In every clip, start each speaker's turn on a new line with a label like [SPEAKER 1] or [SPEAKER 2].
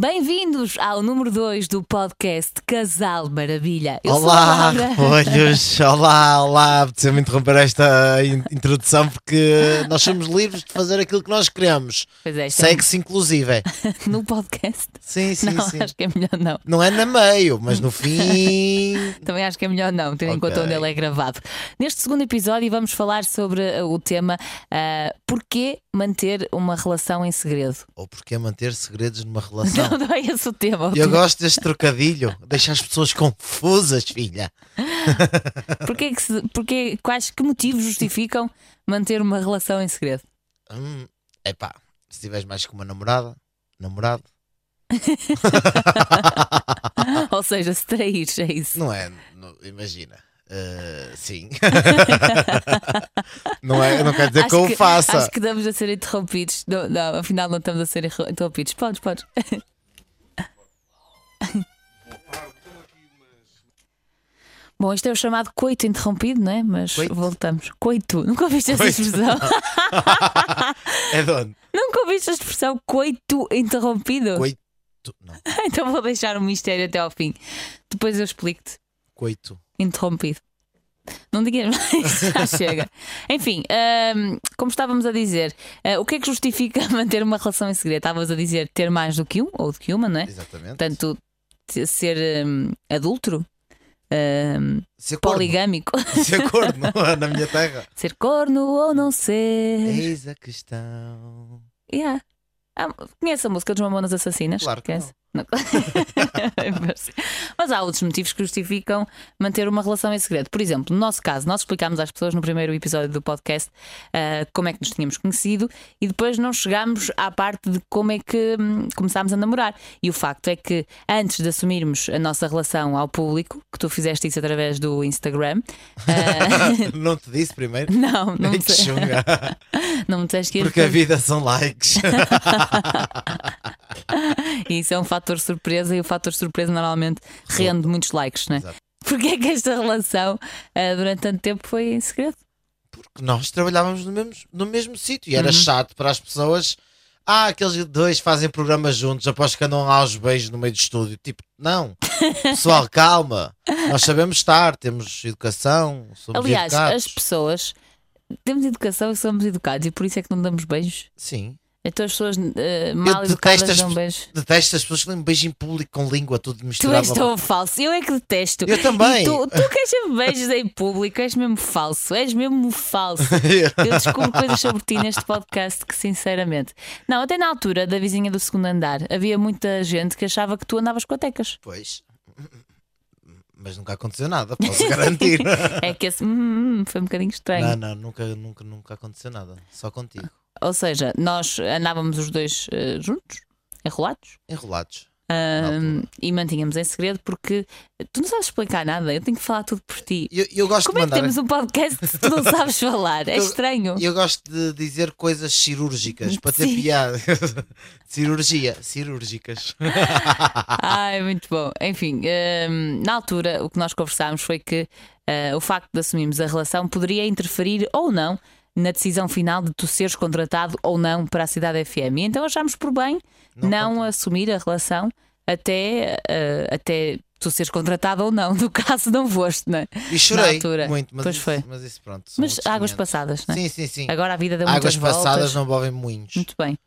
[SPEAKER 1] Bem-vindos ao número 2 do podcast Casal Maravilha. Eu sou a
[SPEAKER 2] Olá,
[SPEAKER 1] Laura.
[SPEAKER 2] olhos, olá, olá. Precisa-me interromper esta in- introdução porque nós somos livres de fazer aquilo que nós queremos.
[SPEAKER 1] Pois é, isto é
[SPEAKER 2] Sexo, inclusive.
[SPEAKER 1] no podcast.
[SPEAKER 2] Sim, sim,
[SPEAKER 1] não,
[SPEAKER 2] sim.
[SPEAKER 1] acho que é melhor não.
[SPEAKER 2] Não é na meio, mas no fim.
[SPEAKER 1] Também acho que é melhor não, tendo em
[SPEAKER 2] Ok.
[SPEAKER 1] conta onde ele é gravado. Neste segundo episódio vamos falar sobre uh, o tema ah, Porquê manter uma relação em segredo?
[SPEAKER 2] Ou porque é manter segredos numa
[SPEAKER 1] Não,
[SPEAKER 2] relação?
[SPEAKER 1] não é esse o tema.
[SPEAKER 2] E Eu gosto deste trocadilho. Deixa as pessoas confusas, filha.
[SPEAKER 1] Porquê que se- porquê- quais que motivos justificam manter uma relação em segredo?
[SPEAKER 2] Hum, epá, se tiveres mais que uma namorada, namorado, Ah.
[SPEAKER 1] Ou seja, se trair, é isso.
[SPEAKER 2] não é? não- imagina. Eh, sim. não, é, não quer dizer que eu o faça.
[SPEAKER 1] Acho que estamos a ser interrompidos. Não, não, afinal, não estamos a ser erro- interrompidos. Podes, podes. Bom, isto é o chamado coito interrompido, não é? Mas
[SPEAKER 2] Coito?
[SPEAKER 1] voltamos. Coito. Nunca ouviste essa
[SPEAKER 2] Coito.
[SPEAKER 1] expressão?
[SPEAKER 2] É de onde?
[SPEAKER 1] Nunca ouviste a expressão coito interrompido?
[SPEAKER 2] Coito. Não,
[SPEAKER 1] Então vou deixar o mistério até ao fim. Depois eu explico-te.
[SPEAKER 2] coito.
[SPEAKER 1] interrompido. Não digas mais, já chega. Enfim, ahm, como estávamos a dizer, ah, o que é que justifica manter uma relação em segredo? Estavas a dizer ter mais do que um ou do que uma, não é?
[SPEAKER 2] Exatamente.
[SPEAKER 1] Portanto, te- ser ahm, adúltero, ahm,
[SPEAKER 2] ser corno.
[SPEAKER 1] poligâmico,
[SPEAKER 2] Ser corno na minha terra.
[SPEAKER 1] ser corno ou não ser.
[SPEAKER 2] Eis a questão.
[SPEAKER 1] Yeah. Ah, conhece a música dos Mamonas Assassinas?
[SPEAKER 2] Claro que
[SPEAKER 1] Conhece? Não. Mas- Mas há outros motivos que justificam manter uma relação em segredo. Por exemplo, no nosso caso, nós explicámos às pessoas no primeiro episódio do podcast ah, como é que nos tínhamos conhecido e depois não chegámos à parte de como é que hum, começámos a namorar. E o facto é que antes de assumirmos a nossa relação ao público, que tu fizeste isso através do Instagram, ah,
[SPEAKER 2] Não te disse primeiro?
[SPEAKER 1] não, não, me
[SPEAKER 2] que
[SPEAKER 1] disse-
[SPEAKER 2] chunga.
[SPEAKER 1] não me disseste que ias
[SPEAKER 2] Porque a vida são likes.
[SPEAKER 1] E isso é um fator surpresa e o fator surpresa normalmente rende muitos likes, não é?
[SPEAKER 2] Exato.
[SPEAKER 1] Porquê é que esta relação ah, durante tanto tempo foi em segredo?
[SPEAKER 2] Porque nós trabalhávamos no mesmo, no mesmo sítio e
[SPEAKER 1] Uhum.
[SPEAKER 2] era chato para as pessoas. Ah, aqueles dois fazem programas juntos, após que andam aos beijos no meio do estúdio. Tipo, não. Pessoal, calma. Nós sabemos estar, temos educação, somos
[SPEAKER 1] Aliás,
[SPEAKER 2] educados.
[SPEAKER 1] as pessoas temos educação e somos educados e por isso é que não damos beijos.
[SPEAKER 2] Sim.
[SPEAKER 1] Então as pessoas ah, mal
[SPEAKER 2] detesto
[SPEAKER 1] educadas
[SPEAKER 2] as
[SPEAKER 1] dão
[SPEAKER 2] pe-
[SPEAKER 1] beijos.
[SPEAKER 2] Detesto as pessoas que dão beijo em público com língua, tudo
[SPEAKER 1] Tu
[SPEAKER 2] misturado.
[SPEAKER 1] és tão falso, eu é que detesto.
[SPEAKER 2] Eu também.
[SPEAKER 1] E tu, tu queres sempre beijos em público, és mesmo falso, és mesmo falso. Eu descubro coisas sobre ti neste podcast que, sinceramente. Não, até na altura da vizinha do segundo andar, havia muita gente que achava que tu andavas com atecas.
[SPEAKER 2] Pois. Mas nunca aconteceu nada, posso garantir.
[SPEAKER 1] É que esse hum, hum, foi um bocadinho estranho.
[SPEAKER 2] não, não, nunca, nunca, nunca aconteceu nada. Só contigo.
[SPEAKER 1] Ou seja, nós andávamos os dois eh, juntos, enrolados,
[SPEAKER 2] Enrolados.
[SPEAKER 1] ahm, e mantínhamos em segredo porque tu não sabes explicar nada, eu tenho que falar tudo por ti.
[SPEAKER 2] Eu, eu gosto
[SPEAKER 1] Como
[SPEAKER 2] de
[SPEAKER 1] é que
[SPEAKER 2] mandar.
[SPEAKER 1] temos um podcast se tu não sabes falar? É
[SPEAKER 2] Eu-
[SPEAKER 1] estranho.
[SPEAKER 2] Eu gosto de dizer coisas cirúrgicas para ter
[SPEAKER 1] Sim.
[SPEAKER 2] piada. Cirurgia, cirúrgicas.
[SPEAKER 1] Ai, muito bom. Enfim, hum, na altura o que nós conversámos foi que eh, o facto de assumirmos a relação poderia interferir ou não na decisão final de tu seres contratado ou não para a Cidade FM. E então achámos por bem não,
[SPEAKER 2] Não
[SPEAKER 1] assumir a relação até, eh, até tu seres contratado ou não. No caso, não foste, não é?
[SPEAKER 2] E chorei
[SPEAKER 1] altura.
[SPEAKER 2] muito, mas
[SPEAKER 1] Pois
[SPEAKER 2] isso,
[SPEAKER 1] foi.
[SPEAKER 2] mas isso pronto. são
[SPEAKER 1] Mas
[SPEAKER 2] outros
[SPEAKER 1] águas
[SPEAKER 2] 500.
[SPEAKER 1] passadas, não é?
[SPEAKER 2] Sim, sim, sim.
[SPEAKER 1] Agora a vida deu muitas
[SPEAKER 2] Águas
[SPEAKER 1] voltas.
[SPEAKER 2] passadas não envolvem moinhos.
[SPEAKER 1] Muito bem.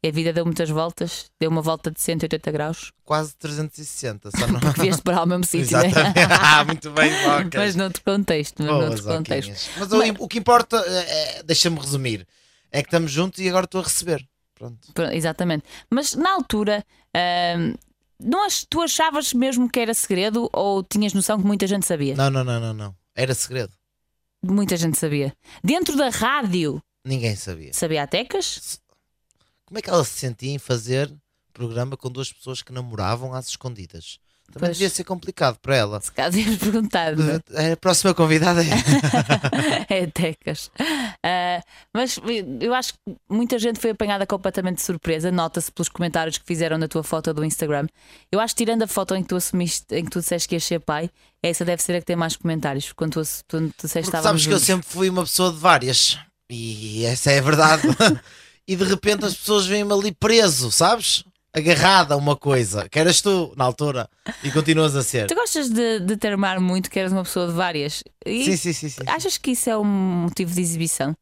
[SPEAKER 1] E a vida deu muitas voltas, deu uma volta de 180 graus,
[SPEAKER 2] Quase 360. Só não...
[SPEAKER 1] porque vieste para o mesmo sítio, não é?
[SPEAKER 2] Exatamente. Ah, muito bem, Zocas.
[SPEAKER 1] Mas noutro contexto, mas
[SPEAKER 2] Boas,
[SPEAKER 1] noutro contexto.
[SPEAKER 2] Zoquinhas. Mas, o- o que importa, é, é- deixa-me resumir, é que estamos juntos e agora estou a receber. Pronto.
[SPEAKER 1] Pronto, Exatamente. Mas na altura, ahm, não ach- tu achavas mesmo que era segredo ou tinhas noção que muita gente sabia?
[SPEAKER 2] Não, não, não, não, não. Era segredo.
[SPEAKER 1] Muita gente sabia. Dentro da rádio,
[SPEAKER 2] Ninguém sabia.
[SPEAKER 1] sabia a Tecas?
[SPEAKER 2] Como é que ela se sentia em fazer programa com duas pessoas que namoravam às escondidas? Também
[SPEAKER 1] Pois.
[SPEAKER 2] devia ser complicado para ela. Eh,
[SPEAKER 1] Se caso ias perguntar, não é?
[SPEAKER 2] A próxima convidada é.
[SPEAKER 1] é a Tecas. Ah, mas eu acho que muita gente foi apanhada completamente de surpresa. Nota-se pelos comentários que fizeram na tua foto do Instagram. Eu acho que tirando a foto em que tu assumiste, em que tu disseste que ias ser pai, essa deve ser a que tem mais comentários. Quando tu, ass- quando tu disseste que
[SPEAKER 2] Porque
[SPEAKER 1] estávamos
[SPEAKER 2] sabes que eu
[SPEAKER 1] juntos.
[SPEAKER 2] sempre fui uma pessoa de várias. E essa é a verdade. e de repente as pessoas veem-me ali preso, sabes? agarrada a uma coisa, que eras tu na altura e continuas a ser.
[SPEAKER 1] Tu gostas de, de te armar muito, que eras uma pessoa de várias. E
[SPEAKER 2] Sim, sim, sim, sim.
[SPEAKER 1] Achas que isso é um motivo de exibição?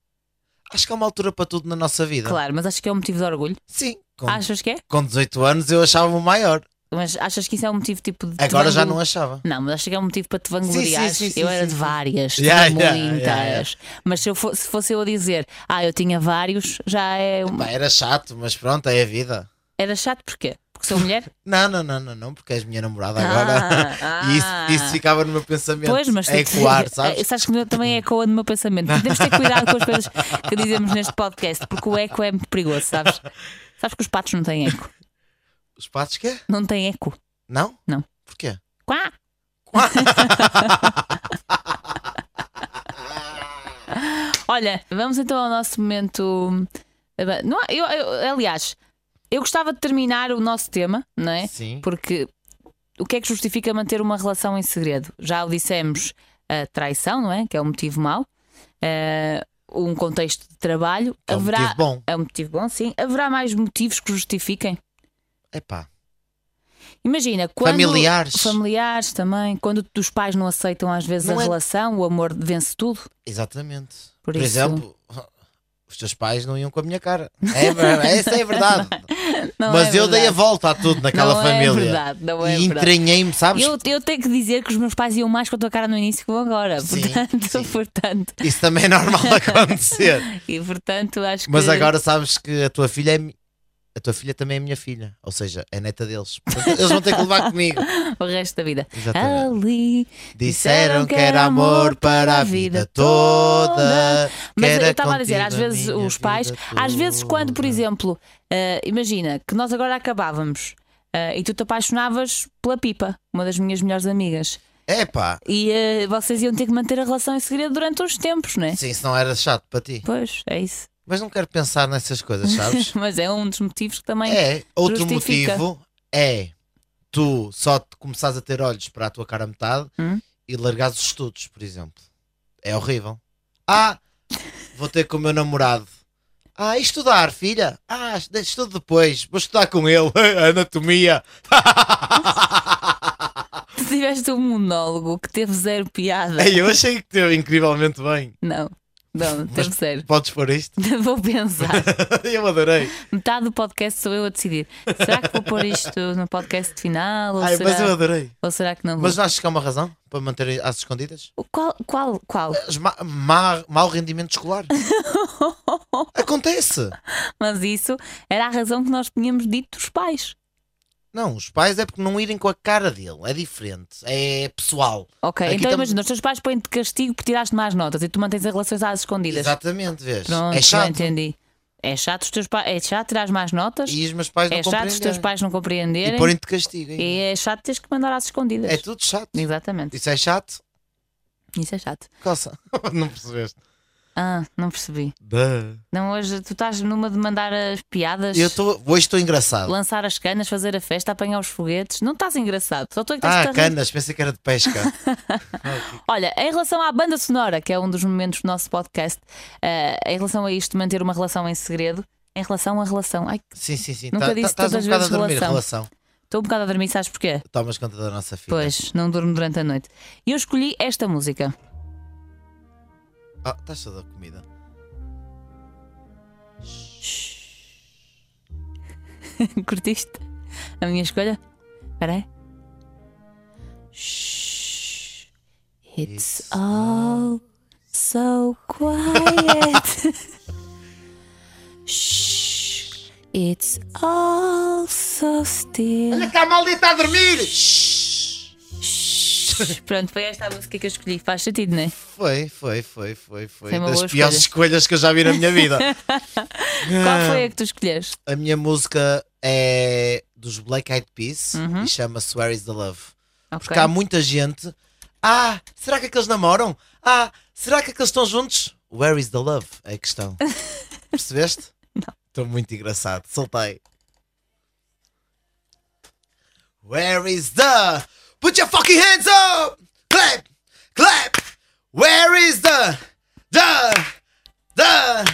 [SPEAKER 2] Acho que há uma altura para tudo na nossa vida.
[SPEAKER 1] Claro, mas acho que é um motivo de orgulho.
[SPEAKER 2] Sim, com,
[SPEAKER 1] Achas que é?
[SPEAKER 2] com 18 anos eu achava-me maior.
[SPEAKER 1] Mas achas que isso é um motivo tipo de. te
[SPEAKER 2] Agora já
[SPEAKER 1] vanglo-
[SPEAKER 2] não achava.
[SPEAKER 1] Não, mas acho que é um motivo para te
[SPEAKER 2] sim,
[SPEAKER 1] vangloriar.
[SPEAKER 2] sim, sim,
[SPEAKER 1] Eu era
[SPEAKER 2] sim,
[SPEAKER 1] de
[SPEAKER 2] sim.
[SPEAKER 1] várias,
[SPEAKER 2] Yeah,
[SPEAKER 1] tinha
[SPEAKER 2] yeah,
[SPEAKER 1] muitas.
[SPEAKER 2] yeah, yeah.
[SPEAKER 1] Mas se, eu fosse, se fosse eu a dizer, ah, eu tinha vários, já é. um-
[SPEAKER 2] Pá, era chato, mas pronto, é a vida.
[SPEAKER 1] Era chato porquê? Porque sou mulher?
[SPEAKER 2] Não, não, não, não, não, porque és minha namorada agora.
[SPEAKER 1] Ah,
[SPEAKER 2] E isso,
[SPEAKER 1] ah.
[SPEAKER 2] isso ficava no meu pensamento.
[SPEAKER 1] Pois, mas
[SPEAKER 2] é
[SPEAKER 1] tu te-
[SPEAKER 2] ecoar, sabes?
[SPEAKER 1] Eh, que o meu também ecoa no meu pensamento. Temos de ter cuidado com as coisas que dizemos neste podcast, porque o eco é muito perigoso, sabes? Sabes que os patos não têm eco.
[SPEAKER 2] Os patos quê?
[SPEAKER 1] Não têm eco.
[SPEAKER 2] Não?
[SPEAKER 1] Não.
[SPEAKER 2] Porquê?
[SPEAKER 1] Quá! Olha, vamos então ao nosso momento. eh, Não há- eu- eu- aliás, eu gostava de terminar o nosso tema, não é?
[SPEAKER 2] Sim.
[SPEAKER 1] Porque o que é que justifica manter uma relação em segredo? Já o dissemos, a traição, não é? Que é um motivo mau. Eh, um contexto de trabalho.
[SPEAKER 2] É um
[SPEAKER 1] Haverá.
[SPEAKER 2] motivo bom.
[SPEAKER 1] É um motivo bom, sim. Haverá mais motivos que justifiquem?
[SPEAKER 2] Epá.
[SPEAKER 1] Imagina, quando.
[SPEAKER 2] Familiares.
[SPEAKER 1] Familiares também. Quando os pais não aceitam às vezes
[SPEAKER 2] Não
[SPEAKER 1] a
[SPEAKER 2] é-
[SPEAKER 1] relação, o amor vence tudo.
[SPEAKER 2] Exatamente.
[SPEAKER 1] Por
[SPEAKER 2] Por,
[SPEAKER 1] isso-
[SPEAKER 2] exemplo, os teus pais não iam com a minha cara. É, ver- essa é a verdade.
[SPEAKER 1] Não
[SPEAKER 2] Mas
[SPEAKER 1] é
[SPEAKER 2] eu dei a
[SPEAKER 1] verdade.
[SPEAKER 2] volta a tudo naquela
[SPEAKER 1] não
[SPEAKER 2] família.
[SPEAKER 1] É verdade, não é
[SPEAKER 2] e
[SPEAKER 1] verdade.
[SPEAKER 2] entranhei-me, sabes?
[SPEAKER 1] Eu, eu tenho que dizer que os meus pais iam mais com a tua cara no início que vão agora.
[SPEAKER 2] Sim,
[SPEAKER 1] portanto,
[SPEAKER 2] sim.
[SPEAKER 1] portanto,
[SPEAKER 2] Isso também é normal acontecer.
[SPEAKER 1] e portanto acho
[SPEAKER 2] Mas
[SPEAKER 1] que.
[SPEAKER 2] agora sabes que a tua filha é. mi- A tua filha também é minha filha, ou seja, é neta deles. Portanto, Eles vão ter que levar comigo.
[SPEAKER 1] O resto da vida.
[SPEAKER 2] Exatamente.
[SPEAKER 1] Ali.
[SPEAKER 2] Disseram que era amor para a vida toda. que
[SPEAKER 1] Mas
[SPEAKER 2] era
[SPEAKER 1] eu estava a dizer,
[SPEAKER 2] contigo
[SPEAKER 1] às vezes
[SPEAKER 2] minha
[SPEAKER 1] os pais,
[SPEAKER 2] vida
[SPEAKER 1] às vezes quando, por
[SPEAKER 2] toda.
[SPEAKER 1] exemplo, eh, imagina que nós agora acabávamos eh, e tu te apaixonavas pela Pipa, uma das minhas melhores amigas,
[SPEAKER 2] Epá,
[SPEAKER 1] e eh, vocês iam ter que manter a relação em segredo durante uns tempos, não é?
[SPEAKER 2] sim, isso não era chato para ti.
[SPEAKER 1] Pois, é isso.
[SPEAKER 2] Mas não quero pensar nessas coisas, sabes?
[SPEAKER 1] Mas é um dos motivos que também.
[SPEAKER 2] É, outro
[SPEAKER 1] Justifica.
[SPEAKER 2] motivo é tu só te começares a ter olhos para a tua cara a metade
[SPEAKER 1] Hum?
[SPEAKER 2] e largares os estudos, por exemplo. É horrível. Ah, vou ter com o meu namorado. Ah, e estudar, filha? Ah, estudo depois. Vou estudar com ele. Anatomia.
[SPEAKER 1] Tu tiveste um monólogo que teve zero piada.
[SPEAKER 2] Ei, eu achei que teu incrivelmente bem.
[SPEAKER 1] Não, não, teve zero.
[SPEAKER 2] Podes pôr isto?
[SPEAKER 1] Vou pensar.
[SPEAKER 2] eu adorei.
[SPEAKER 1] Metade do podcast sou eu a decidir. Será que vou pôr isto no podcast final? Ou,
[SPEAKER 2] Ai,
[SPEAKER 1] será,
[SPEAKER 2] mas eu adorei.
[SPEAKER 1] ou será que não vou?
[SPEAKER 2] Mas não achas que há uma razão para manter às escondidas?
[SPEAKER 1] O Qual, qual, qual?
[SPEAKER 2] As ma- má- mau rendimento escolar. Acontece.
[SPEAKER 1] Mas isso era a razão que nós tínhamos dito dos pais.
[SPEAKER 2] Não, os pais é porque não irem com a cara dele. É diferente. É pessoal.
[SPEAKER 1] Ok,
[SPEAKER 2] Aqui
[SPEAKER 1] então
[SPEAKER 2] tam-
[SPEAKER 1] imagina, os teus pais põem-te castigo por tiraste más notas e tu mantens as relações às escondidas.
[SPEAKER 2] Exatamente, vês?
[SPEAKER 1] Pronto,
[SPEAKER 2] é
[SPEAKER 1] já
[SPEAKER 2] chato.
[SPEAKER 1] entendi. É chato os teus pais. É chato tirar mais notas.
[SPEAKER 2] E os meus pais não
[SPEAKER 1] é chato os teus
[SPEAKER 2] compreendem.
[SPEAKER 1] pais não
[SPEAKER 2] E
[SPEAKER 1] compreenderem.
[SPEAKER 2] porem-te de castigo. hein?
[SPEAKER 1] E é chato teres que mandar às escondidas.
[SPEAKER 2] É tudo chato.
[SPEAKER 1] Exatamente.
[SPEAKER 2] Isso é chato?
[SPEAKER 1] Isso é chato.
[SPEAKER 2] Coça. não percebeste?
[SPEAKER 1] Ah, não percebi.
[SPEAKER 2] Duh.
[SPEAKER 1] Não, hoje tu estás numa de mandar as piadas,
[SPEAKER 2] Eu tô, hoje estou engraçado.
[SPEAKER 1] lançar as canas, fazer a festa, apanhar os foguetes. Não estás engraçado. Só tu é que estás
[SPEAKER 2] Ah, canas. Pensei que era de pesca.
[SPEAKER 1] Olha, em relação à banda sonora, que é um dos momentos do nosso podcast, eh, em relação a isto, de manter uma relação em segredo, em relação à relação. Ai,
[SPEAKER 2] Sim, sim, sim.
[SPEAKER 1] Nunca
[SPEAKER 2] Tá-
[SPEAKER 1] disse
[SPEAKER 2] tá- Estás um
[SPEAKER 1] tantas
[SPEAKER 2] bocado a
[SPEAKER 1] vezes
[SPEAKER 2] dormir
[SPEAKER 1] relação.
[SPEAKER 2] relação.
[SPEAKER 1] estou um bocado a dormir, sabes porquê?
[SPEAKER 2] Tomas conta da nossa filha.
[SPEAKER 1] Pois, não durmo durante a noite. E eu escolhi esta música.
[SPEAKER 2] Ah, estás toda a comida.
[SPEAKER 1] Curtiste a minha escolha? Espera aí. Shhh. It's
[SPEAKER 2] It's
[SPEAKER 1] all so quiet. Shhh. It's all so still.
[SPEAKER 2] Cá maldita a dormir!
[SPEAKER 1] Shhh. Pronto, foi esta a música que eu escolhi. Faz sentido, não é?
[SPEAKER 2] Foi, foi, foi, foi, foi.
[SPEAKER 1] Foi uma
[SPEAKER 2] das
[SPEAKER 1] boa
[SPEAKER 2] piores escolhas que eu já vi na minha vida. Ah.
[SPEAKER 1] Qual foi a que tu escolheste?
[SPEAKER 2] a minha música é dos Black Eyed Peas
[SPEAKER 1] Uhum.
[SPEAKER 2] e chama-se Where is the Love.
[SPEAKER 1] Ok.
[SPEAKER 2] Porque há muita gente. Ah, será que aqueles namoram? Ah, será que aqueles estão juntos? Where is the love? É a questão. Percebeste? Não. Estou muito engraçado. Soltei. Where is the. Put your fucking hands up! Clap! Clap! Where is the. The. The.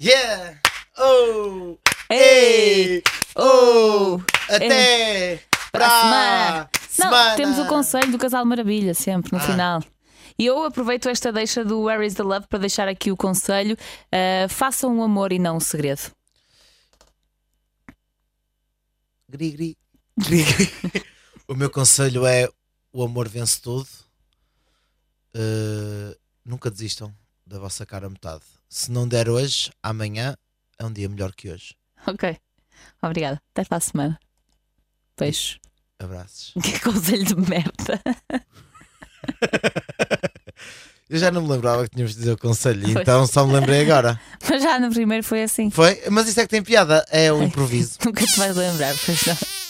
[SPEAKER 2] Yeah! Oh!
[SPEAKER 1] Ei!
[SPEAKER 2] Oh! Até
[SPEAKER 1] Para a semana.
[SPEAKER 2] semana.
[SPEAKER 1] Não, temos o conselho do Casal Maravilha sempre no
[SPEAKER 2] Ah.
[SPEAKER 1] final. E eu aproveito esta deixa do Where is the Love para deixar aqui o conselho: eh, façam o amor e não o segredo.
[SPEAKER 2] Gri, gri. Gri, gri. o meu conselho é: o amor vence tudo. Uh, nunca desistam da vossa cara a metade. Se não der hoje, amanhã é um dia melhor que hoje.
[SPEAKER 1] Ok. Obrigada. Até para a semana. Beijo.
[SPEAKER 2] Abraços.
[SPEAKER 1] Que conselho de merda.
[SPEAKER 2] Eu já não me lembrava que tínhamos de dizer o conselho,
[SPEAKER 1] Foi.
[SPEAKER 2] então só me lembrei agora.
[SPEAKER 1] Mas já no primeiro foi assim.
[SPEAKER 2] Foi? Mas isso é que tem piada, é o improviso.
[SPEAKER 1] Nunca te vais lembrar, pois não.